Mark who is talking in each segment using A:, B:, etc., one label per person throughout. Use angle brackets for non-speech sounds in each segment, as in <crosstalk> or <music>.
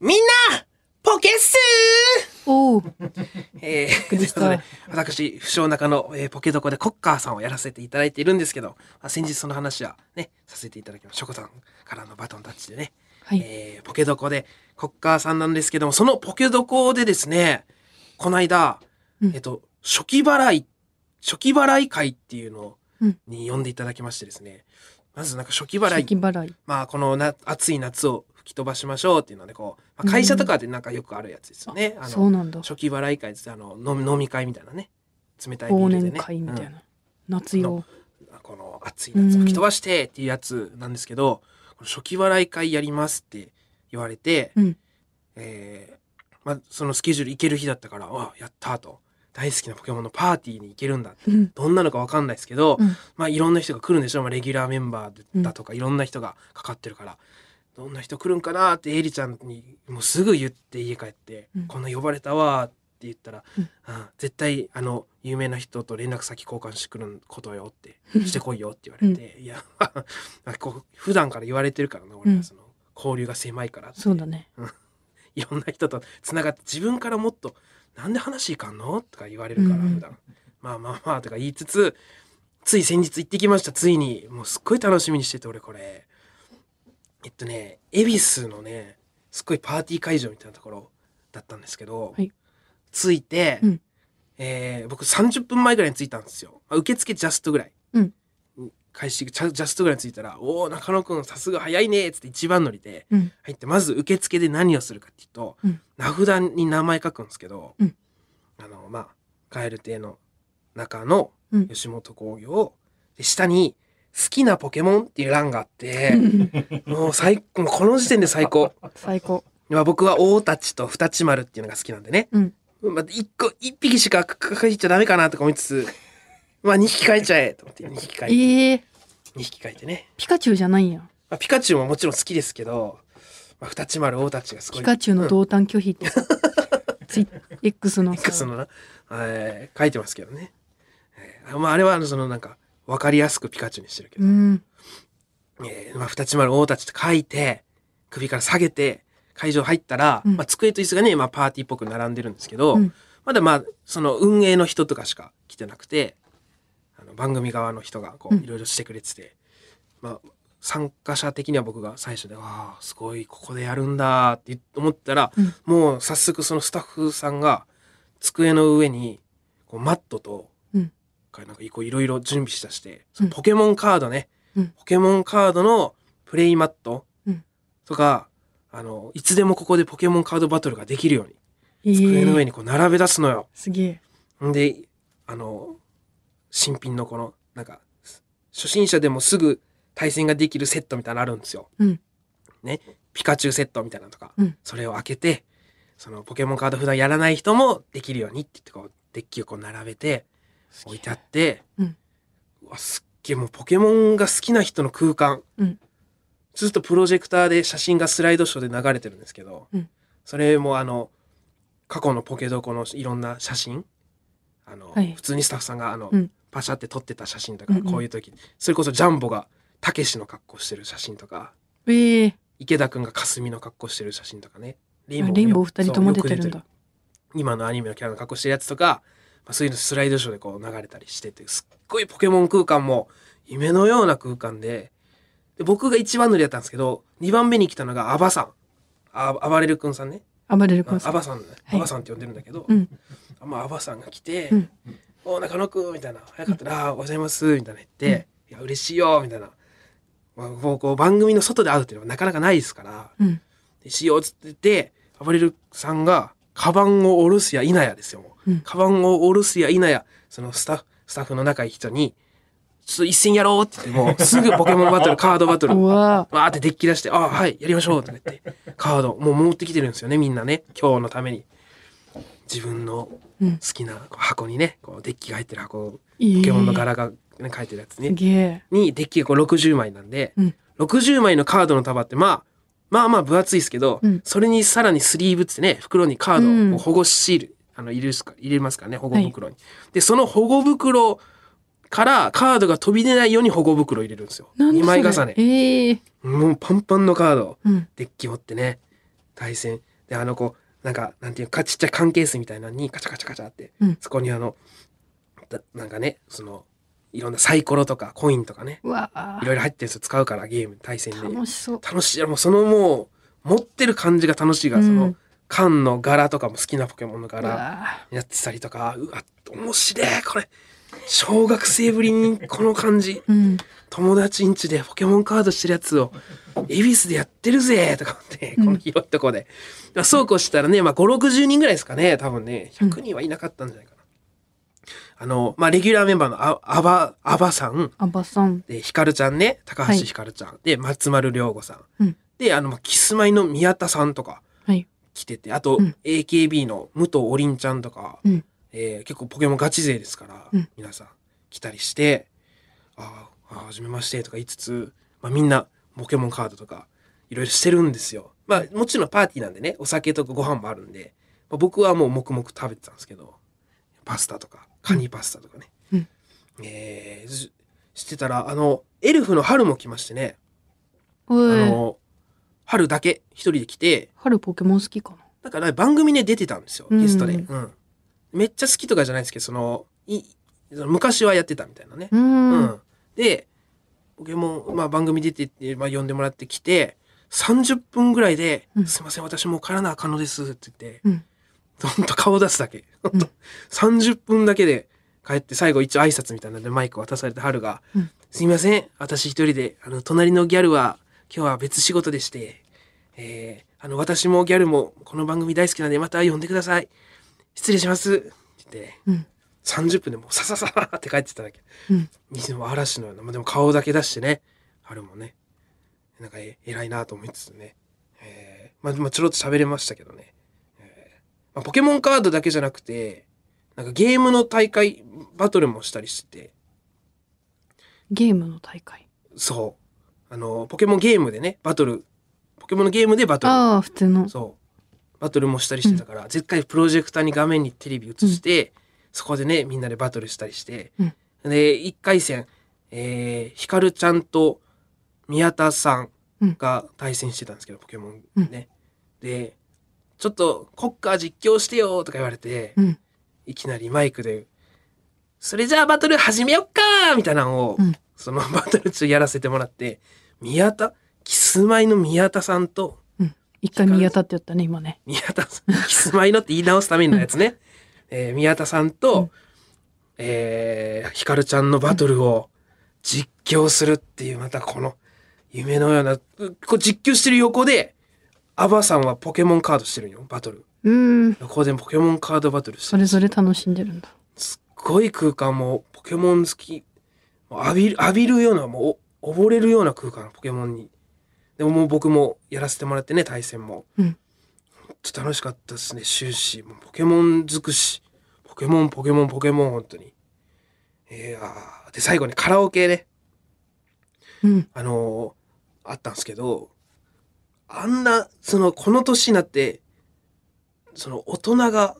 A: みんなポケッス
B: おお。
A: ーえー、とい
B: びっくり
A: う
B: し
A: こ
B: た
A: とで、私、不詳中の、えーポケどこでコッカーさんをやらせていただいているんですけど、まあ、先日その話はね、させていただきました。ショコさんからのバトンタッチでね、
B: はい。
A: えーポケどこでコッカーさんなんですけども、そのポケどこでですね、この間、
B: うん
A: えっと、初期払い、初期払い会っていうの
B: うん
A: に呼んでいただきましてですね、まずなんか初期払い
B: 借金払い。
A: まあ、このな暑い夏を吹き飛ばしましょうっていうのでこう、まあ、会社とかでなんかよくあるやつですよね。あ
B: そう
A: の
B: なんだ。
A: 初期払い会ってあの飲み飲み会みたいなね冷たいビー
B: 忘
A: ルで
B: 年
A: ね
B: 会みたい
A: うん
B: な。夏用。
A: この暑い夏を吹き飛ばしてっていうやつなんですけど、この初期払い会やりますって言われて、
B: うん
A: えーまあ、そのスケジュール行ける日だったから「わあやった!」と大好きなポケモンのパーティーに行けるんだ
B: うん
A: どんなのかわかんないですけど、
B: うん
A: まあいろんな人が来るんでしょ、まあ、レギュラーメンバーだとか、いろんな人がかかってるからどんな人来るんかなってエリちゃんにもうすぐ言って家帰って「
B: うん
A: こんな呼ばれたわ」って言ったら「
B: うん
A: あ絶対あの有名な人と連絡先交換してくることよ」
B: <laughs>
A: って「してこいよ」って言われて、いや <laughs> まあこう普段から言われてるからな俺
B: う
A: は
B: ん
A: その、交流が狭いからって
B: そうだね。
A: いろんな人とつながって自分からもっと「なんで話いかんの?」とか言われるから
B: うんうん
A: 普段、まあまあまあ」とか言いつつつい先日行ってきましたついにもうすっごい楽しみにしてて俺これえっとね恵比寿のねすっごいパーティー会場みたいなところだったんですけど、
B: はい
A: 着いて、
B: うん
A: えー僕30分前ぐらいに着いたんですよ、まあ、受付ジャストぐらい、
B: うん
A: 開始ジャジャストぐらいに着いたら「おお中野くんさすが早いね」っつって一番乗りで、
B: うん。
A: 入ってまず受付で何をするかっていうと、
B: うん
A: 名札に名前書くんですけど、
B: うん
A: あのまあ蛙亭の中の
B: うん
A: 吉本興業で下に「好きなポケモン」っていう欄があ
B: <laughs>
A: ってもう最もうこの時点で最高、
B: 最高。
A: まあ、僕は大太刀と二刀丸っていうのが好きなんでね、
B: うん。
A: まあ、一個一匹しか書いちゃダメかなとか思いつつまあ2匹書いちゃえと思って2匹書いて
B: ええ。
A: 二匹書いてね、
B: ピカチュウじゃないんや。
A: まあ、ピカチュウももちろん好きですけど、まあ、二刀丸大太刀がすごい
B: ピカチュウの同担拒否ってさ。ツイ X の
A: X
B: さ。
A: のな、えー書いてますけどね。えーまあ、あれはあのそのなんか分かりやすくピカチュウにしてるけ
B: う
A: ど、
B: ん。
A: えーまあ、二つ丸大たちって書いて首から下げて会場入ったら、
B: うん
A: まあ、机と椅子がね、まあ、パーティーっぽく並んでるんですけど、
B: うん
A: まだまあその運営の人とかしか来てなくてあの番組側の人がこう
B: うん
A: いろいろしてくれてて、まあ、参加者的には僕が最初で「わあすごいここでやるんだ」って思ったら、
B: うん
A: もう早速そのスタッフさんが机の上にこうマットと
B: うん
A: かなんかこういろいろ準備しだして、
B: うん
A: ポケモンカードね、
B: うん
A: ポケモンカードのプレイマット
B: うん
A: とか、あのいつでもここでポケモンカードバトルができるように
B: え
A: 机の上
B: え。
A: にこう並べ出すのよ。
B: すげえ。
A: んであの新品のこのなんか初心者でもすぐ対戦ができるセットみたいなのあるんですよ。
B: うん
A: ねピカチュウセットみたいなのとか、
B: うん
A: それを開けてそのポケモンカード普段やらない人もできるようにって言ってこうデッキをこう並べて
B: すげえ
A: 置いてあって、
B: うん
A: うわすっげえもうポケモンが好きな人の空間、
B: うん
A: ずっとプロジェクターで写真がスライドショーで流れてるんですけど、
B: うん
A: それもあの過去のポケドコのいろんな写真あの、
B: はい
A: 普通にスタッフさんがあの、
B: うん
A: パシャって撮ってた写真とか、
B: うんうん
A: こういう時それこそジャンボがたけしの格好してる写真とか
B: ええ。
A: 池田君がかすみの格好してる写真とかねレ
B: あレインボー二人とも出てるん
A: そうよく
B: だ。
A: 今のアニメのキャラの格好してるやつとか、まあ、そういうのスライドショーでこう流れたりしててすっごいポケモン空間も夢のような空間でで僕が一番乗りだったんですけど2番目に来たのがアバさんあ暴れる君さんね
B: 暴れる
A: あ
B: 君さ
A: ア
B: ん。
A: バさん、アバさんって呼んでるんだけど、
B: うん。
A: まあ、アバさんが来て「
B: うん
A: おお中野くん」みたいな「早かったら、あーおはようございます」みたいな言って「いや嬉しいよ」みたいな、まあ、こうこう番組の外で会うっていうのはなかなかないですから
B: うん。
A: 「しよう」っつっててあばれるさんがカバンを下ろすや否やですよもう、
B: うん
A: カバンを下ろすや否やそのスタッフスタッフの仲いい人に「ちょっと一戦やろう」って言ってもうすぐポケモンバトルカードバトル
B: うわ
A: わーってデッキ出して、ああ、はい、やりましょうとか言って、カード、もう持ってきてるんですよね、みんなね、今日のために。自分の
B: うん
A: 好きなこう箱にね、こうデッキが入ってる箱、
B: ー。
A: ポ
B: ポ
A: ケモンの柄が、ね、書いてるやつ
B: す
A: ね、
B: げえ。
A: にデッキがこう60枚なんで、
B: うん
A: 60枚のカードの束って、まあ、まあまあ分厚いですけど、
B: うん
A: それにさらにスリーブっつってね、袋にカードを
B: うん
A: こう保護シール、あの入れるすか入れますからね、保護袋に。で、その保護袋からカードが飛び出ないように保護袋入れるんですよ。
B: なんで
A: 2
B: それ
A: 枚重ね。
B: ええ。
A: もうパンパンのカード。
B: うん。
A: デッキ持ってね対戦であのこうなんかなんていうかちっちゃい缶ケースみたいなのにカチャカチャカチャって、
B: うん
A: そこにあのだなんかねそのいろんなサイコロとかコインとかね
B: うわあ
A: いろいろ入ってるやつ使うからゲーム対戦で
B: 楽しそう。
A: 楽しいもうそのもう持ってる感じが楽しいから、そうの
B: ん
A: 缶の柄とかも好きなポケモンの
B: う
A: 柄
B: わ
A: やってたりとかうわ面白いこれ小学生ぶりにこの感じ
B: うん。
A: 友達ん家でポケモンカードしてるやつを恵比寿でやってるぜとか思って
B: う
A: こ
B: ん
A: の広いとこで、まあそうこうしたらね、まあ、560人ぐらいですかね多分ね100人はいなかったんじゃないかな、あのまあレギュラーメンバーのああばあばさん
B: アバさん。
A: でひかるちゃんね高
B: は
A: 橋
B: い
A: ひかるちゃん、で松丸亮吾さん、
B: うん
A: であのまあキスマイの宮田さんとか
B: はい。
A: 来ててあと、
B: うん
A: AKB の武藤おりんちゃんとか、
B: うん
A: えー結構ポケモンガチ勢ですから、
B: うん
A: 皆さん来たりして「あーあーはじめまして」とか言いつつ、まあ、みんなポケモンカードとかいろいろしてるんですよ。まあもちろんパーティーなんでねお酒とかご飯もあるんで、まあ僕はもう黙々食べてたんですけどパスタとかカニパスタとかね、
B: うん
A: えーししてたらあのエルフの春も来ましてね、
B: お
A: あ
B: い。
A: の春だけ一人で来て。
B: 春ポケモン好きかな。
A: だから番組ね出てたんですよゲストで、
B: うん
A: うんめっちゃ好きとかじゃないんですけどそのいその昔はやってたみたいなね、
B: う。
A: うんでポケモン、まあ、番組出てって、まあ、呼んでもらってきて30分ぐらいで「
B: うん
A: すいません私もう帰らなあかんのです」って言って、
B: うん
A: ほんと顔出すだけ、ほんと30分だけで帰って最後一応挨拶みたいなのでマイク渡されて春が「
B: うん
A: すいません私一人であの隣のギャルは今日は別仕事でして、えーあの私もギャルもこの番組大好きなんでまた呼んでください失礼します」って言って
B: うん。
A: 30分でもうさささって帰ってただけ
B: うん。
A: 西野は嵐のような、まあ、でも顔だけ出してね春もねなんかえ偉いなと思いつつね、えーまあ、まあちょろっと喋れましたけどね、えーまあ、ポケモンカードだけじゃなくてなんかゲームの大会バトルもしたりしてて
B: ゲームの大会。
A: そうあのポケモンゲームでねバトルポケモンのゲームでバトル
B: ああ、普通の。
A: そうバトルもしたりしてたから、絶対プロジェクターに画面にテレビ映して、そこでねみんなでバトルしたりして、で1回戦、えー、ひかるちゃんと宮田さんが対戦してたんですけど、ポケモンね、でちょっと「国家実況してよ」とか言われて、
B: うん。
A: いきなりマイクで「それじゃあバトル始めよっか!」みたいなのを、
B: うん
A: そのバトル中やらせてもらって宮田キスマイの宮田さんと
B: 一回宮田って言ったね、今ね。
A: 宮田
B: <laughs>
A: さん、キスマイのって言い直すためのやつね。えー宮田さんと、
B: うん
A: えーひかるちゃんのバトルを実況するっていう、またこの夢のような、うこう実況してる横で、アバさんはポケモンカードしてるんよ、バトル。
B: うん。
A: 横でポケモンカードバトルして
B: そ
A: る。
B: れぞれ楽しんでるんだ。
A: すっごい空間も、ポケモン好き、もう浴びる、浴びるような、もうお溺れるような空間、ポケモンに。でももう僕もやらせてもらってね、対戦も。
B: うん。
A: ちょっと楽しかったですね終始もうポケモン尽くしポケモンポケモンポケモン本当にえー、あーで最後にカラオケね
B: うん。
A: あのーあったんですけどあんなそのこの年になってその大人が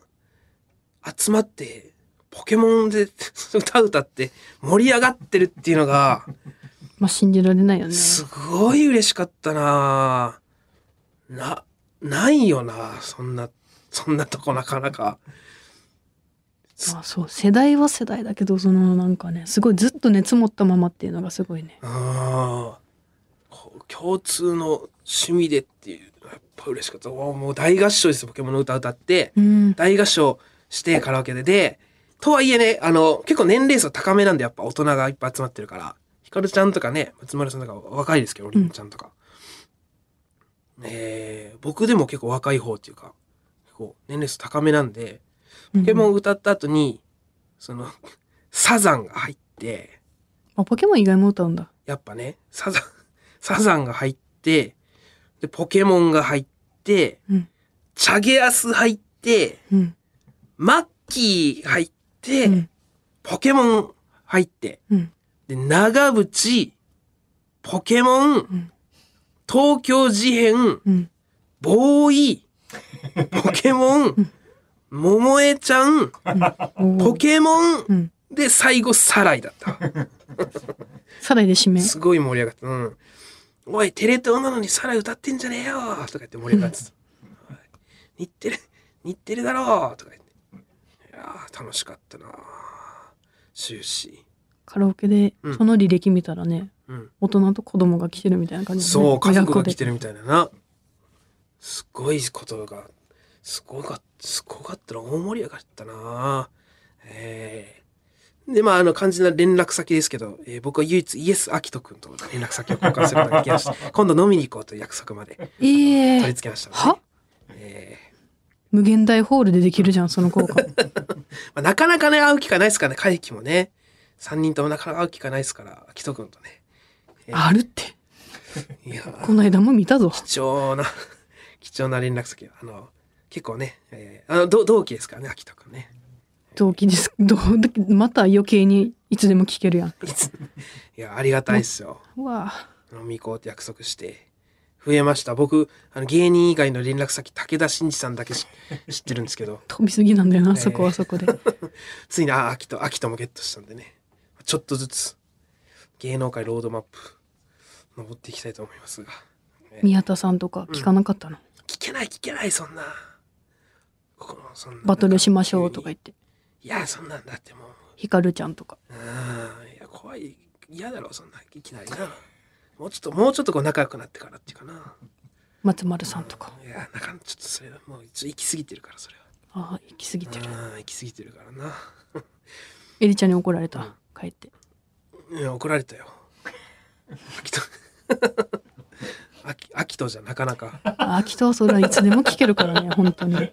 A: 集まってポケモンで <laughs> 歌歌って盛り上がってるっていうのが
B: まあ、信じられないよね。
A: すごい嬉しかったなぁな、ないよなそんな、そんなとこなかなか。
B: まあ、そう。世代は世代だけど、そのなんかね、すごいずっと熱持ったままっていうのがすごいね。
A: うん。こう共通の趣味でっていう、やっぱ嬉しかった。おもう大合唱ですよ、ポケモンの歌歌って。
B: うん。
A: 大合唱してカラオケで。で、とはいえね、あの、結構年齢層高めなんで、やっぱ大人がいっぱい集まってるから、ひかるちゃんとかね、松丸さんとか若いですけど、りんちゃんとか。えー僕でも結構若い方っていうか、結構年齢層高めなんで、ポケモン
B: ン。
A: 歌った後に、その、 <laughs> サザンが入って、
B: あ、ポケモン以外も歌うんだ。
A: やっぱね、サザン、 <laughs> サザンが入って、で、ポケモンが入って、
B: うん
A: チャゲアス入って、
B: うん。
A: マッキー入って、
B: うん。
A: ポケモン入って、
B: うん。
A: で、長渕、ポケモン、
B: ん
A: 東京事変、
B: うん。
A: ボーイ、ポケモン、桃江ちゃん、
B: おー
A: ポケモン、
B: うん。
A: で、最後、サライだった。
B: さらいで締め。
A: すごい盛り上がった。うん。おい、テレ東なのにサライ歌ってんじゃねえよとか言って盛り上がってた。日テレ、日テレだろうとか言って。いやー、楽しかったな終始。
B: カラオケで
A: うん
B: その履歴見たらね、
A: うん。
B: 大人と子供が来てるみたいな感じ、ね、
A: そう、家族が来て
B: る
A: るみたいだな。すごいことが、すごかった、すごかったな。大盛り上がったなええで、まあ、あの、肝心な連絡先ですけど、えー僕は唯一イエス・アキト君と連絡先を交換することができました。 <laughs> 今度飲みに行こうという約束まで
B: ええ
A: 取り付けましたので、
B: は
A: えー
B: 無限大ホールでできるじゃんその
A: <laughs>
B: 効果
A: まあ、なかなかね、会う機会ないですからね、会期もね。3人ともなかなか会う機会ないですから、キト君とね。え
B: あるって
A: いやー、
B: この間も見
A: <laughs>
B: たぞ
A: 貴重な、貴重な連絡先。あの、結構ね、えーあの同同期ですからね、アキト君ね。
B: 同期ですどうまた余計にいつでも聞けるやん
A: いついや、ありがたいですよ。
B: うわあ
A: 飲み行こうって約束して。増えました。僕、あの芸人以外の連絡先、武田真治さんだけし <laughs> 知ってるんですけど、
B: 飛びすぎなんだよ
A: え
B: な、
A: え
B: そこは
A: <laughs>
B: そこで
A: ついに、あ、アキト、アキトもゲットしたんでね。ちょっとずつ、芸能界ロードマップ、登っていきたいと思いますが。
B: 宮田さんとか聞かなかったの、
A: 聞けない聞けないそんなここのそんな
B: バトルしましょうとか
A: い
B: 言って
A: やそんなんだってもう
B: ひかるちゃんとか
A: うんいや怖い嫌だろそんないきなりなもうちょっともうちょっとこう仲良くなってからっていうかな
B: 松丸さんとか
A: いやなんかちょっとそれはもうちょっと行き過ぎてるからそれは
B: ああ行き過ぎてる
A: うん行き過ぎてるからな
B: エリちゃんに怒られた帰って
A: いや怒られたよ秋 <laughs> と秋秋とじゃなかなかあ
B: 秋とはそれはいつでも聞けるからね本当に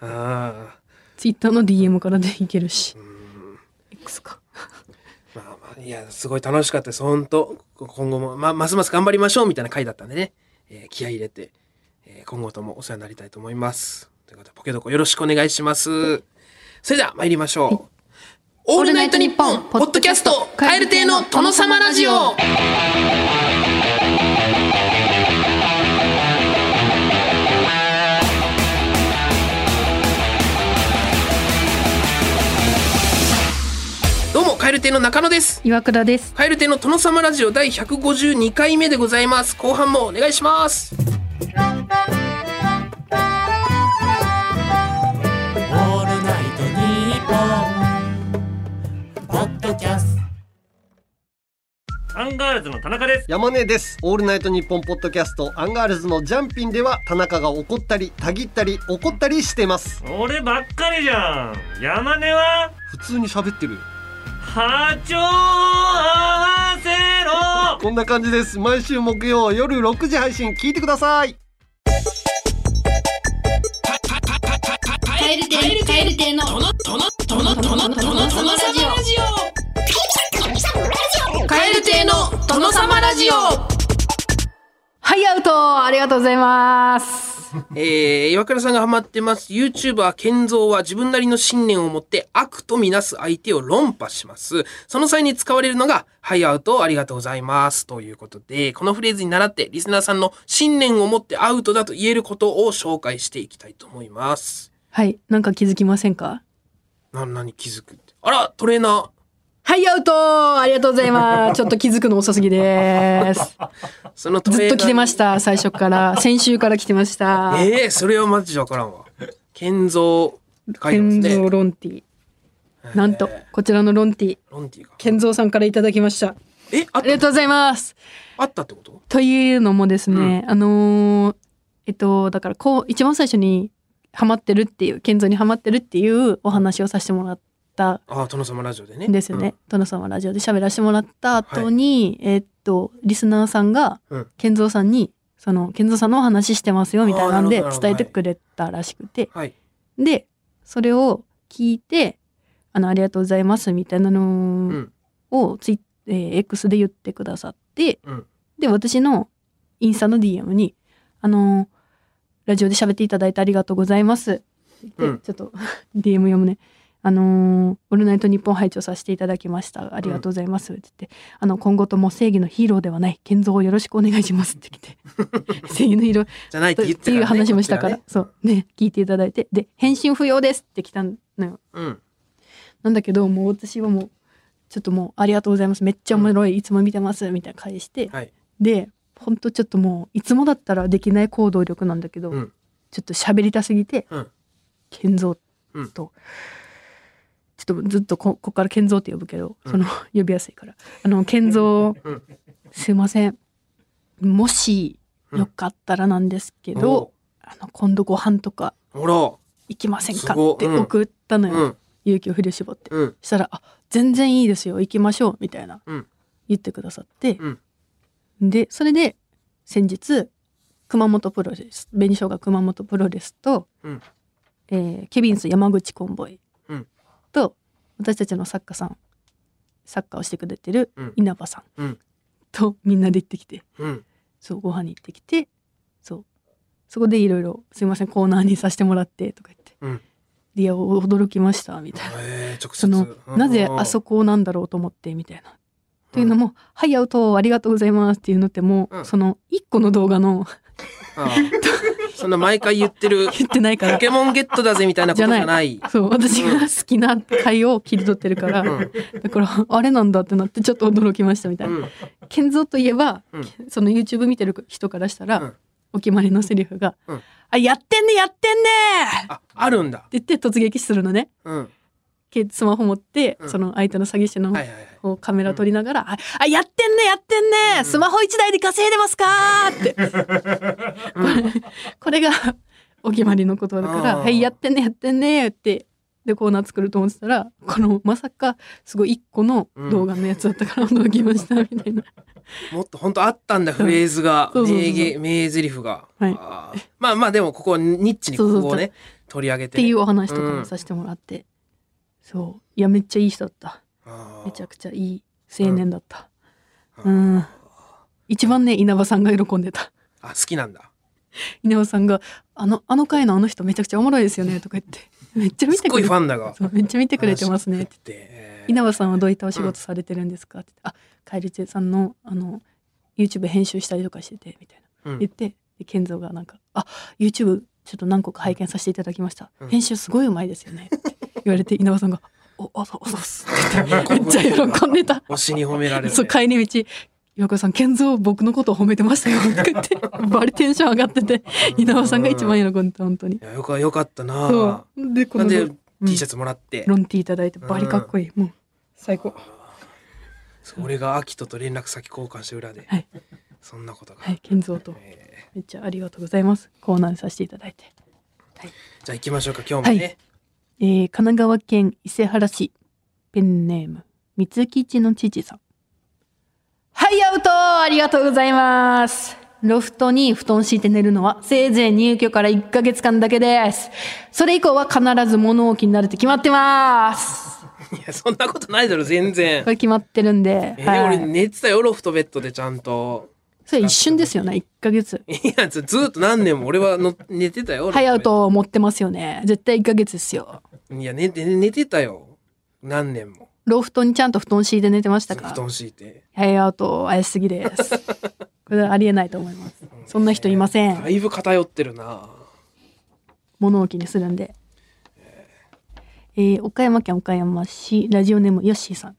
A: あ
B: ツイッターの DM からでいけるし
A: うん
B: X か
A: まあまあ、いや、すごい楽しかったです。本当今後も、まあ、ますます頑張りましょうみたいな回だったんでね、えー気合い入れて、えー今後ともお世話になりたいと思います。ということで、ポケドコよろしくお願いします。それでは参りましょう。オールナイトニッポンポッドキャスト、カエル亭の殿様ラジオ。どうも、カエル亭の中野です。
B: 岩倉です
A: カエル亭の殿様ラジオ第152回目でございます。後半もお願いします。
C: オールナイトニッポン」ポッドキャスト
D: アンガールズの田中です。
E: 山根です。オールナイトニッポンポッドキャストアンガールズのジャンピンでは田中が怒ったり、たぎったり、怒ったりしてます。
D: 俺ばっかりじゃん。山根は
E: 普通に喋ってる。
D: 波長を合わせろ。
E: こんな感じです。毎週木曜夜6時配信聞いてください。
F: カエル亭カエル亭のトノトノトノトノトノ様ラジオカエル亭のトノ様ラジオ
B: はいアウトありがとうございます
A: えー、岩倉さんがハマってます YouTuber 健三は自分なりの信念を持って悪とみなす相手を論破します。その際に使われるのが、ハイアウトありがとうございます。ということで、このフレーズに倣ってリスナーさんの信念を持ってアウトだと言えることを紹介していきたいと思います。
B: はいなんか気づきませんか
A: な、なに気づくってあら、トレーナ
B: はいアウトありがとうございますちょっと気づくの遅すぎ <laughs> です
A: ー。そのトレー
B: ず
A: ナー
B: っ
A: に。
B: と来てました最初 <laughs> から先週から来てました
A: えー、それはマジでわからんわ。健三、書いてます
B: 健
A: ね
B: 三。ロンティなんと
A: え
B: こちらのロンティ
A: ーロンティが。
B: 健三さんからいただきました
A: え、あ
B: あ
A: っ
B: りが
A: た、
B: とうございます
A: あったってこと
B: というのもですね、あのーえっとだからこう一番最初にハマってるっていう健三にハマってるっていうお話をさせてもらった
A: ああ、殿様ラジオでね。
B: んですよね、殿様ラジオで喋らせてもらった後に、えっとリスナーさんが
A: うん
B: 健三さんにその健三さんのお話してますよみたいなん
A: あー
B: で
A: なるほどなる
B: 伝え
A: ほど
B: てくれたらしくて、
A: うん。はい。
B: でそれを聞いて「あのありがとうございます」みたいな
A: う
B: の
A: ん。
B: をツイ、えー X で言ってくださって、
A: うん
B: で私のインスタの DM に「あのーラジオで喋っていただいてありがとうございます」
A: う
B: で、
A: ん
B: ちょっと <laughs> DM 読むね。あのーオールナイトニッポン拝聴させていただきましたありがとうございます」って言って、あの「今後とも正義のヒーローではない健三をよろしくお願いします」って来
A: <laughs>
B: て「正義のヒーロー
A: じゃないって言って
B: っていう話もしたから、
A: こっち
B: そうね聞いていただいてで返信不要ですって来たのよ
A: がねうん。
B: なんだけどもう私はもうちょっともうありがとうございますめっちゃおもろい、いつも見てますみたいな返して、
A: はい。
B: でほんとちょっともういつもだったらできない行動力なんだけど、
A: うん
B: ちょっと喋りたすぎて、
A: うん
B: 健三と、
A: うん
B: ちょっとずっとこここから健三って呼ぶけど、その呼びやすいからあの健三、
A: うん
B: すいませんもしよかったらなんですけど、あの今度ご飯とか
A: おほ
B: 行きませんか
A: すご
B: って
A: うん
B: 送ったの
A: ら
B: よ、
A: うん
B: 勇気を振り絞って、
A: うん
B: したら「あ全然いいですよ行きましょう」みたいな、
A: うん
B: 言ってくださって、
A: うん
B: でそれで先日熊本プロレス紅生姜熊本プロレスと、
A: うん
B: えーケビンス山口コンボイ
A: うん
B: と、私たちの作家さんサッカーをしてくれてる
A: うん
B: 稲葉さん、
A: うん
B: とみんなで行ってきて
A: うん
B: そうご飯に行ってきてそうそこでいろいろ「すいませんコーナーにさせてもらって」とか言って「
A: うん
B: いや驚きました」みたいな。
A: えー直接
B: その
A: うん
B: なぜあそこなんだろうと思ってみたいな。というのも「はいアウトありがとうございます」っていうのってもう、
A: うん
B: その1個の動
A: <laughs>
B: 画の
A: ああそんな毎回言ってる
B: 言ってないか
A: ポ
B: ら
A: ケモンゲットだぜみたいなことじゃない。
B: そう私が好きな回を切り取ってるから、
A: うん
B: だからあれなんだってなってちょっと驚きましたみたいな。
A: うん
B: 健三といえば、
A: うん
B: その YouTube 見てる人からしたら、
A: うん
B: お決まりのセリフが「
A: うん
B: あやってんねやってんね!」っ
A: あ、あるんだ。
B: て言って突撃するのね。
A: うん。
B: けスマホ持って、
A: うん
B: その相手の詐欺師の
A: はいはいはい。
B: こうカメラ撮りながら「ああやってんねやってんねスマホ一台で稼いでますか!」って、これ <laughs> これがお決まりの言葉だから
A: あー
B: 「はいやってんねやってんね」ってでコーナー作ると思ってたらこのまさかすごい一個の動画のやつだったから驚きましたみたい <laughs> な、
A: もっと本当あったんだ、フレーズが、
B: そうそうそう
A: 名言、名台詞が。
B: はい
A: あーまあまあでも、ここはニッチにここをね、取り上げ
B: って
A: ね。
B: ていうお話とか
A: う
B: も
A: ん
B: させてもらって、そういやめっちゃいい人だった
A: あー
B: めちゃくちゃいい青年だった
A: う
B: うん、一番ね稲葉さんが喜んでた
A: あ、好きなんだ。
B: 稲尾さんが「あのあの回のあの人めちゃくちゃおもろいですよね」とか言って「めっちゃ見
A: すってご
B: く
A: い
B: れ
A: フ
B: て
A: ァンだが。
B: そうめっちゃ見てくれてますね」って
A: 話してえー
B: 稲葉さんはどういったお仕事されてるんですか?」って言って「あカエルチェさんのあの YouTube 編集したりとかしてて」みたいな、
A: うん
B: 言ってで健三がなんか「あ YouTube ちょっと何個か拝見させていただきました、
A: うん
B: 編集すごいうまいですよね」って言われて稲葉さんが「おあそうそうっす」
A: <laughs>
B: って言ってめっちゃ喜んでた。
A: 推しに褒められる。
B: そう帰り道岩倉さん健三僕のことを褒めてましたよっ
A: <laughs>
B: て言ってバリテンション上がってて稲葉さんが一番喜んでた本当に
A: いやよかよかった
B: そ
A: な。
B: うでこ
A: な
B: の
A: んで
B: ロ
A: T シャツもらって、
B: ンティーいただいてバリかっこいいもう最高
A: そう俺がアキトと連絡先交換して裏で、
B: はい
A: そんなことが。
B: はい健三と
A: え
B: めっちゃありがとうございますコーナーにさせていただいて
A: ーじゃあ行きましょうか、今日も
B: は
A: ね。
B: えー神奈川県伊勢原市ペンネーム三つ吉の父さんはいアウトありがとうございますロフトに布団敷いて寝るのはせいぜい入居から1ヶ月間だけですそれ以降は必ず物置になるって決まってます
A: いや、そんなことないだろ、全然
B: こ。れ決まってるんで、
A: えー
B: は
A: 俺
B: い、
A: 寝てたよロフトベッドでちゃんと
B: それ一瞬ですよね1ヶ月
A: いやずずーっと何年も俺はの寝てたよ
B: はいア
A: ロ
B: ウ
A: フ
B: ト持ってますよね絶対1ヶ月です
A: ト
B: よ
A: ベッドいや寝て寝てたよ何年も
B: ロフトにちゃんと布団敷いて寝てました
A: 布
B: か
A: 団敷いて
B: ヘイアウト怪しすぎです。
A: <laughs>
B: これはありえないと思います。そんな人いませ
A: だ
B: ん。
A: いぶ偏ってるな
B: 物置にするんで。えー岡山県岡山市ラジオネームヨッシーさん。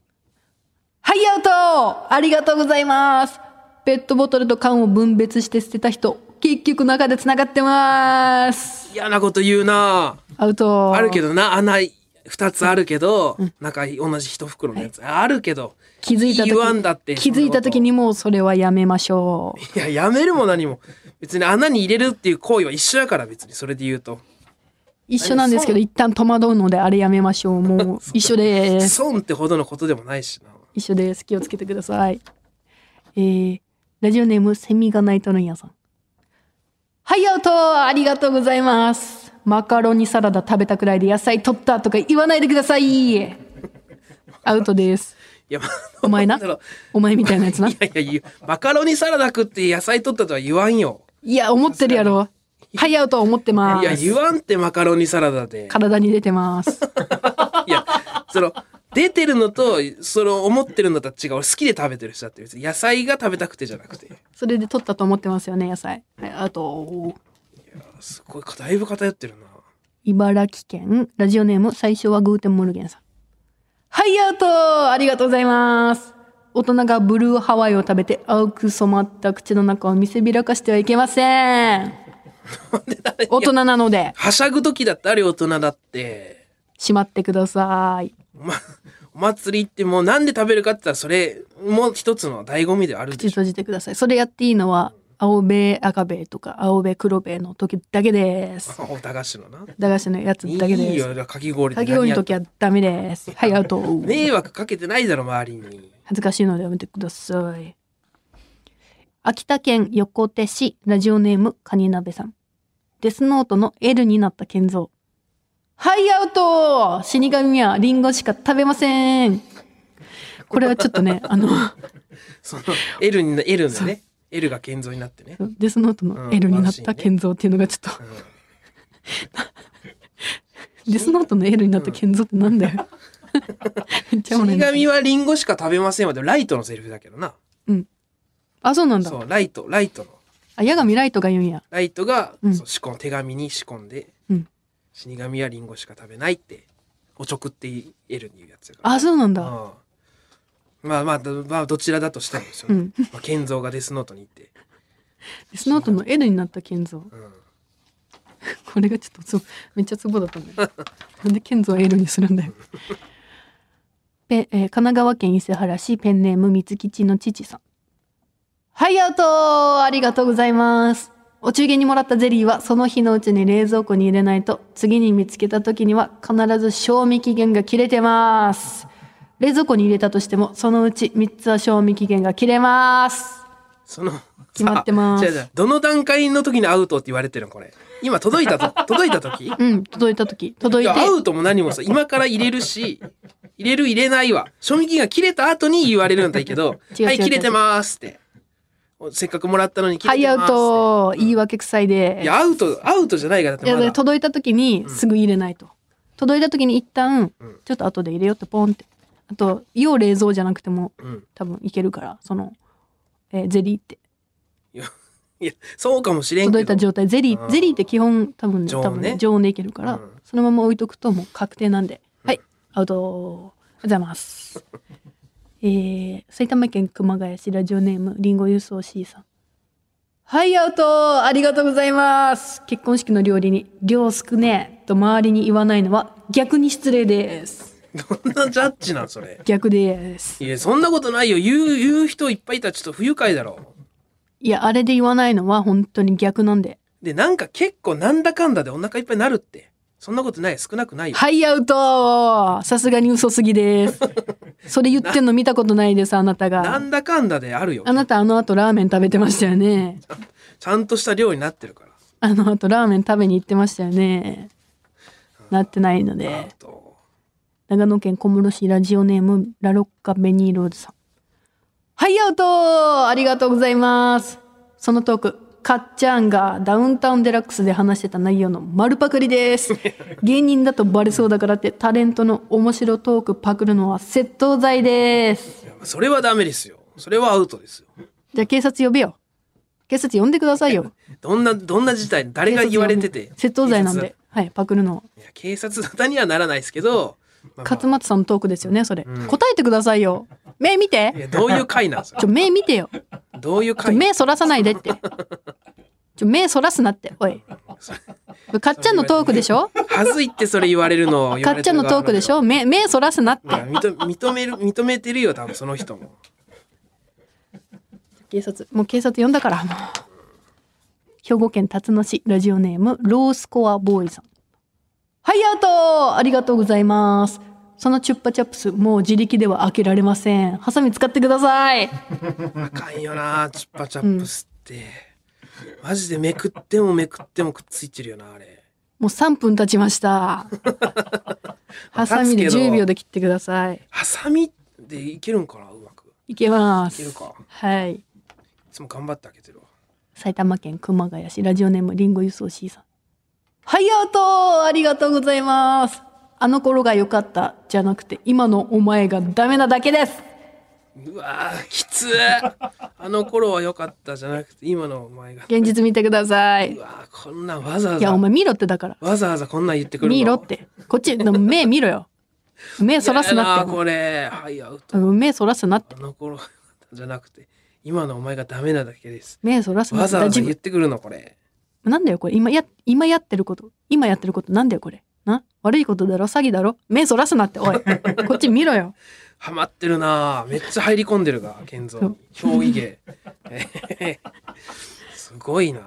B: はい、アウトありがとうございますペットボトルと缶を分別して捨てた人、結局中で繋がってます
A: 嫌なこと言うな
B: アウト
A: あるけ
B: ど。
A: どな穴2つあるけど、なんか同じ一袋のやつ、あるけど
B: 気づいた時
A: 言わんだって
B: 気づいた時にもうそれはやめましょう。
A: いややめるも何も別に穴に入れるっていう行為は一緒やから別にそれで言うと
B: 一緒なんですけど、一旦戸惑うのであれやめましょ
A: <laughs>
B: う。もう一緒です。
A: 損ってほどのことでもないしな
B: 一緒です。気をつけてください。えー、ラジオネームセミが鳴いとるんやさん。はい、アウトありがとうございます。マカロニサラダ食べたくらいで野菜取ったとか言わないでください。アウトです。
A: いやまあ
B: お前なん
A: だろう
B: お前みたいなやつ <laughs> な。い
A: いやいや言う、マカロニサラダ食って野菜取ったとは言わんよ。
B: や、思ってるやろ。はい、アウト思ってま
A: いや、
B: す
A: 言。わんってマカロニサラダで。
B: 体に出てます。
A: いや、その、出てるのと、その、思ってるのとは違う。俺好きで食べてる人だって別に野菜が食べたくてじゃなくて。い
B: それで取ったと思ってますよね、野菜。はい、アウト。
A: や、すごい、だいぶ偏ってるな。
B: 茨城県ラジオネーム最初はグーテンモルゲンさんはいアウトありがとうございます大人がブルーハワイを食べて青く染まった口の中を見せびらかしてはいけません大人なので
A: はしゃぐ時だってあるよ大人だって。
B: しまってください
A: ま、お祭りってもうなんで食べるかって言ったらそれも一つの醍醐味ではある
B: 口
A: でしょ。
B: 閉じてくださいそれやっていいのは青べ赤べとか青べ黒べの時だけです
A: お駄菓子のな。
B: 駄菓子のやつだけ
A: いい
B: です
A: よ、かき氷
B: かき氷の時
A: は。
B: はダメですはいアウト
A: 迷惑かけてないだろ、周りに。
B: 恥ずかしいのでやめてください秋田県横手市ラジオネームカニ鍋さんデスノートの L になった健三はいアウト死神はリンゴしか食べませんこれはちょっと
A: <laughs>
B: ねあの
A: その、L に、L のね。L が健三になってね。
B: デスノート
A: う
B: の
A: ん
B: L になった健三っていうのがちょっと、 <laughs> デスノートの L になった健三ってなんだよ
A: <laughs>
B: めっちゃおもろい
A: 死
B: な
A: 神はリンゴしか食べませんわ。でもライトのセリフだけどな。
B: あそうなんだ
A: そう、ライト、ライトの。
B: あ矢神ライトが言うんや
A: ライトが、
B: うん
A: そう仕込ん手紙に仕込んで、
B: うん
A: 死神はリンゴしか食べないっておちょくって L に言うやつやから
B: あそうなんだ
A: うんまあまあどまあどちらだとしてもですよ、ね
B: うん
A: まあ、健三がデスノートに行って、
B: デスノートの L になった健三
A: うん、
B: これがちょっとそうめっちゃツボだったんだ <laughs> よなんで健三は L にするんだよ <laughs> ペ、えー神奈川県伊勢原市ペンネーム三つ吉の父さんはいアウトありがとうございますお中元にもらったゼリーはその日のうちに冷蔵庫に入れないと次に見つけた時には必ず賞味期限が切れてます冷蔵庫に入れたとしてもそのうち3つは賞味期限が切れます
A: その
B: 決まってます
A: さあ違う違うどの段階の時にアウトって言われてるのこれ今届いた
B: <laughs>
A: と届いた時
B: うん届いた時届
A: い
B: いて
A: やアウトも何もさ今から入れるし入れる入れないは賞味期限が切れた後に言われるんだけど「
B: 違う違う
A: はい
B: 違う
A: 切れてます」っておせっかくもらったのに切
B: は
A: れ
B: い
A: て
B: ア
A: ますっ
B: ウ
A: て
B: ト言い訳臭いで
A: いや、アウト、アウトじゃないから、だっ
B: いや
A: てまだ。
B: 届いた時にすぐ入れないと、届いた時に一旦
A: うん
B: ちょっと後で入れようってポンってあと要冷蔵じゃなくても
A: うん。
B: 多分いけるからその、えーゼリーって
A: いや、そうかもしれんけど。
B: 届いた状態ゼリ
A: う
B: ー
A: ん
B: ゼリーって基本多分ね
A: 常温ね
B: 多分ね常温でいけるから、
A: うん
B: そのまま置いとくともう確定なんで、はいアウトありがとうございます <laughs> えー、埼玉県熊谷市ラジオネームりんご輸送 C さんはいアウトありがとうございます結婚式の料理に「量少ねえ」と周りに言わないのは逆に失礼です
A: どんなジャッジなん、それ。
B: 逆です
A: いや、そんなことないよ。言う、言う人いっぱいいたらちょっと不愉快だろ
B: いやあれで言わないのは本当に逆なんで
A: う。で、なんか結構なんだかんだでお腹いっぱいになるって。そんなことない。少なくないよ。
B: はい、アウトさすがに嘘すぎ
A: <laughs>
B: です。それ言ってんの見たことないです、あなた
A: な
B: が。
A: んだかんだであるよ。
B: あなた、あの後ラーメン食べてましたよね。
A: ちゃんとした量になってるから。
B: あの後ラーメン食べに行ってましたよね。なってないの
A: ア
B: で
A: ウ。ト
B: 長野県小室市ラジオネームラロッカベニーローズさんはいアウトありがとうございますそのトークかっちゃんがダウンタウンデラックスで話してた内容の丸パクリです <laughs> 芸人だとバレそうだからってタレントの面白トークパクるのは窃盗罪です
A: いやそれはダメですよ。それはアウトですよ。
B: じゃあ警察呼べよ警察呼んでくださいよ
A: どんな、どんな事態、誰が言われてて。
B: 窃盗罪なんで
A: 警
B: はいパクるのは
A: 察だ。いや、警察沙汰にはならないですけど。まあまあ
B: 勝俣さんのトークですよねそれ、
A: うん
B: 答えてくださいよ目見
A: いや、
B: て
A: どういう回なんです
B: <laughs>
A: か
B: ちょ目見てよ
A: どういう
B: ちょ
A: 回
B: 目そらさないでって。ちょ目そらすなって、おい。かっちゃんのトークでしょ
A: はずいってそれ言われるのを言
B: か
A: われ
B: って
A: る
B: ちゃんのトークでしょ目、目そらすなっ
A: いや
B: て。
A: 認認める認めてるよ多分その人も
B: 警察、もう警察呼んだから、もう兵庫県辰野市、ラジオネーム、ロースコアボーイさん。はい、アウトありがとうございます。そのチュッパチャップス、もう自力では開けられません。ハサミ使ってください。
A: あかんよなチュッパチャップスって、マジでめくってもめくってもくっついてるよなあれ
B: もう3分経ち
A: <laughs>
B: ました。ハサミで
A: 立つけど
B: 10秒で切ってください。
A: ハサミでいけるんかなうまく
B: いけます。
A: いけるか
B: はい。
A: いつも頑張って開けてるわ
B: 埼玉県熊谷市ラジオネームリンゴ輸送 C さんはいアウトありがとうございますあの頃が良かったじゃなくて今のお前がダメなだけです
A: うわーきつーあの頃は良かったじゃなくて今のお前が
B: 現実見てくださいう
A: わーこんなんわざわ
B: いやお
A: ざ
B: 前見ろってだから
A: わざわざこんなん言ってくるの
B: 見ろってこっちでも目見ろよ目そらすな
A: 嫌
B: っ
A: や
B: て
A: これはいアウト
B: うん目そらすなって
A: あの頃は良かったじゃなくて今のお前がダメなだけです
B: 目そらすな
A: わ
B: って
A: ざわざ
B: 自
A: 言っ
B: 分
A: てくるのこれ
B: なんだよこれ今や今やってること今やってることなんだよこれな悪いことだろ詐欺だろ目そらすなって
A: <laughs>
B: おいこっち見ろよ
A: ハマってるなぁめっちゃ入り込んでるが健三に競技芸 <laughs> えーすごいなぁ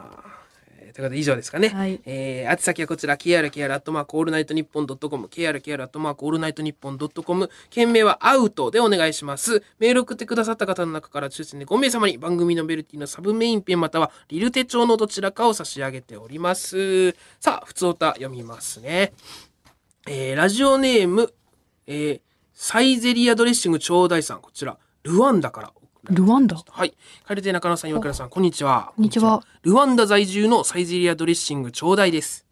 A: えーということで以上ですかね、
B: はい
A: えー、宛先はこちら、krkr アットマークオールナイトニッポンドットコム、krkr アットマークオールナイトニッポンドットコム、件名はアウトでお願いします。メールを送ってくださった方の中から抽選で5名様に番組のベルティのサブメインペンまたはリル手帳のどちらかを差し上げております。さあ、普通歌読みますね。えー、ラジオネーム、えー、サイゼリアドレッシングちょうだいさん、こちら、ルワンダから。
B: ルワンダ
A: はい。カルテ中野さん、岩倉さん、こんにちは。
B: こんにちは。
A: ルワンダ在住のサイゼリアドレッシングちょうだいです。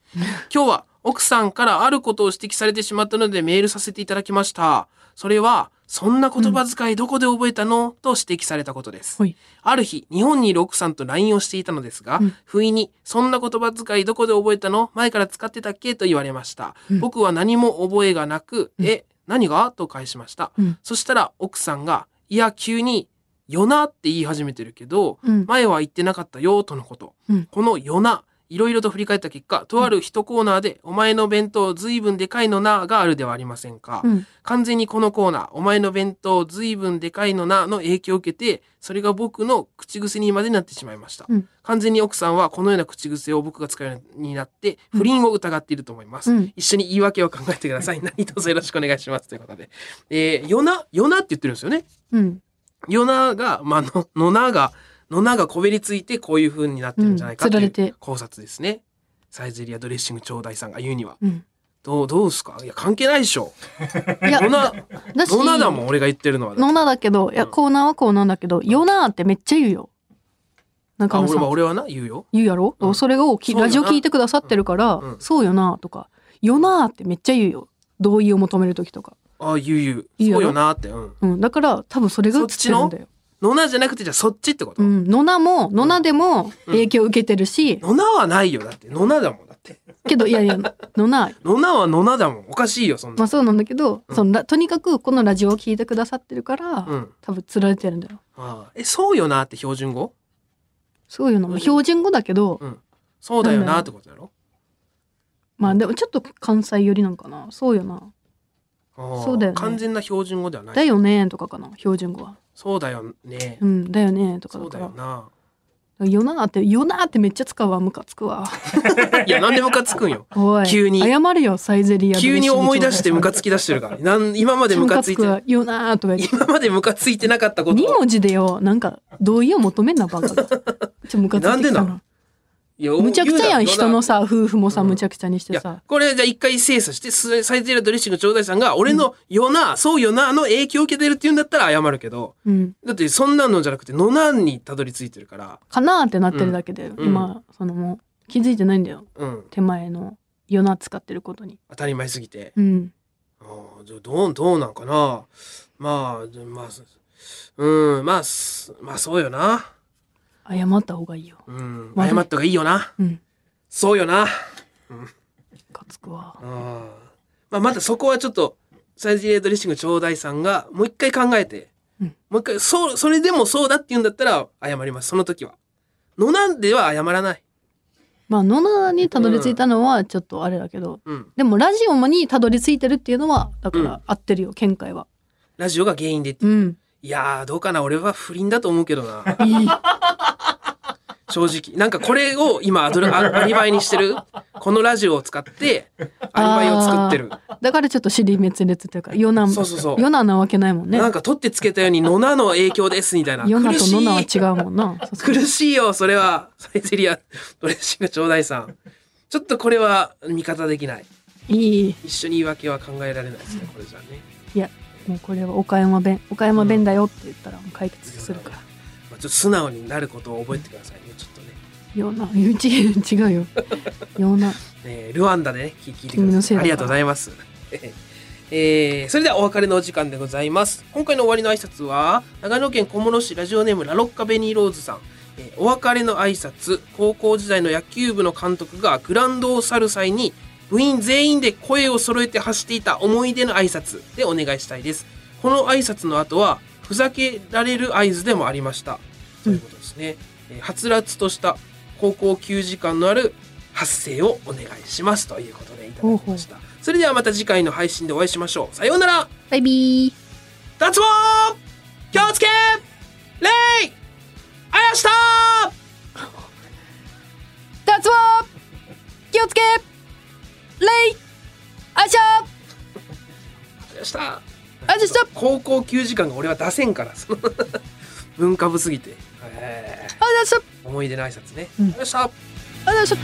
A: 今日は奥さんからあることを指摘されてしまったのでメールさせていただきました。それは、そんな言葉遣いどこで覚えたの、と指摘されたことです。
B: はい
A: ある日、日本にいる奥さんと LINE をしていたのですが、
B: うん
A: 不意に、そんな言葉遣いどこで覚えたの前から使ってたっけと言われました。
B: うん
A: 僕は何も覚えがなく、
B: うん
A: え、何がと返しました。
B: うん
A: そしたら奥さんが、いや、急に、よなって言い始めてるけど、
B: うん
A: 前は言ってなかったよとのこと、
B: うん
A: この「よな」いろいろと振り返った結果とある一コーナーで「お前の弁当ずいぶんでかいのな」があるではありませんか、
B: うん
A: 完全にこのコーナー「お前の弁当ずいぶんでかいのな」の影響を受けてそれが僕の口癖にまでなってしまいました、
B: うん
A: 完全に奥さんはこのような口癖を僕が使うようになって不倫を疑っていると思います、
B: うん
A: 一緒に言い訳を考えてください何卒よろしくお願いしますということで「えー、よな」「よな」って言ってるんですよね
B: うん
A: ヨナが、まあ、の、のなが、のながこびりついてこういう風になってるんじゃないか
B: うん
A: と
B: 釣
A: い
B: られ
A: う
B: て
A: 考察ですね。サイゼリアドレッシングちょうだいさんが言うには。
B: うん
A: どう、どうですかいや、関係ないでしょ。
B: いや
A: のな、
B: だし
A: のなだもん、俺が言ってるのは。
B: ノナだけどいやコーナーはコーナーだけど「よな」ってめっちゃ言うよ
A: あ
B: 中野
A: 俺
B: さ
A: は、
B: ん
A: 俺はな、言うよ。
B: 言うやろ、
A: うん
B: それをき
A: そうよな
B: ラジオ聞いてくださってるから「
A: うんうん
B: そうよな」とか「よな」ってめっちゃ言うよ同意を求める時とか、
A: あ言う
B: いい
A: 言う。
B: や
A: そ
B: ろ
A: うよなって。うん。
B: うん、だから多分それが映ってるんだよ
A: のなじゃなくて、じゃあそっちってこと。
B: うん、ノナも、ノナでも影響を受けてるし、
A: のなはないよ。だって、のなだもん。だって。
B: けど、いやいや、ノナ、
A: のなはのなだもん。おかしいよ、そん
B: まあ
A: な。
B: そうなんだけど、
A: うん
B: そのラとにかくこのラジオを聞いてくださってるから、
A: うん。
B: 多分釣られてるんだよ。
A: ああえ、そうよなって標準語
B: そういうのも標準語だけど、
A: そうだよなってことだろ
B: まあでもちょっと関西寄りなんかな。そうよな。
A: ああ
B: そうだよね
A: 完全な標準語ではない
B: だ。よねとかかな、標準語は。
A: そうだよね。
B: うん、だよねとか
A: そ
B: だ
A: う
B: か
A: だ
B: ら。
A: よな。
B: よなって、よなってめっちゃ使うわ、ムカつ
A: <laughs>
B: くわ。
A: いや、なんでムカつくんよ。
B: おい。
A: 急に
B: 謝るよ、サイゼリア。
A: 急に思い出してムカつ
B: く。
A: き出してるから。なん今までムカついて
B: ム、わよなとか言って。
A: 今までムカついてなかったこ
B: 2
A: とを。
B: 文字でよ、なんか同意を求めんな、バ
A: <laughs>
B: カが。ちょっとム
A: な
B: カついてきた
A: んでな
B: な。
A: いやお
B: むちゃくちゃやん
A: 言うな
B: 人のさ夫婦もさ
A: うん
B: むちゃくちゃにし
A: い
B: て
A: や
B: さ、
A: これじゃあ一回精査して、すサイゼリアドレッシングちょうだいさんが、俺のよな、そうよなの影響を受けてるって言うんだったら謝るけど、
B: うん、
A: だってそんなのじゃなくて、のなんにたどり着いてるから、
B: かなーってなってるだけで、
A: ん
B: 今そのもう気づいてないんだよ
A: うん、
B: 手前の夜な使ってることに
A: 当たり前すぎて。
B: うん
A: ああじゃあどう、どうなんかな。まあ、でまあ、うん、まあ、すまあそうよな。
B: 謝った方がいいよ
A: うん、
B: 悪い
A: 謝った方がいいよな。
B: うん
A: そうよな。
B: ムカつくわ
A: ああまあ、まだそこはちょっと、サイジレードレッシングちょうだいさんが、もう一回考えて、
B: うん
A: もう一回、そう、それでもそうだって言うんだったら、謝ります、その時は。のなんでは謝らない。
B: まあ野々にたどり着いたのはちょっとあれだけど、
A: うん。
B: でもラジオにたどり着いてるっていうのはだから合ってるよ見解は
A: ラジオが原因でって。
B: うん
A: いやー、どうかな、俺は不倫だと思うけどな。 <laughs>
B: いい
A: 正直。なんかこれを今アドルア、アリバイにしてる。このラジオを使って、アリバイを作ってる。
B: だからちょっと尻滅裂というか夜な
A: そうそうそう
B: 夜ななわけないもんね
A: なんか取ってつけたように、のなの影響です、みたいな。
B: 夜なと
A: 苦しい
B: 野なは違うもんなそうそう
A: 苦しいよそれはサイゼリアドレッシングちょうだいさんちょっとこれは味方できない
B: いい
A: 一緒に言い訳は考えられないですねこれじゃね、
B: いやもうこれは岡山弁岡山弁だよって言ったらもう解決するから、
A: まあ、ちょっと素直になることを覚えてくださいねちょっとね、
B: ような違う違うよような
A: えールワンダでね聞聞いてく
B: 君
A: だ
B: の
A: さ
B: せ
A: い
B: いだ
A: ありがとうございます、 <laughs> えーそれではお別れのお時間でございます今回の終わりの挨拶は長野県小諸市ラジオネームラロッカベニーローズさんえーお別れの挨拶高校時代の野球部の監督がグラウンドを去る際に部員全員で声を揃えて走っていた思い出の挨拶でお願いしたいですこの挨拶の後はふざけられる合図でもありましたということですね、えーはつらつとした高校9時間のある発声をお願いしますということでいただきましたそれではまた次回の配信でお会いしましょうさようなら
B: バイビー。
A: 脱毛気をつけレイあやした
B: 脱毛気をつけレイあしゃ
A: あやした
B: あしゃ
A: 高校9時間が俺は出せんからその文化部すぎて、え
B: あしゃ
A: ー思い出の挨拶ね、
B: うん
A: あやした
B: あしゃ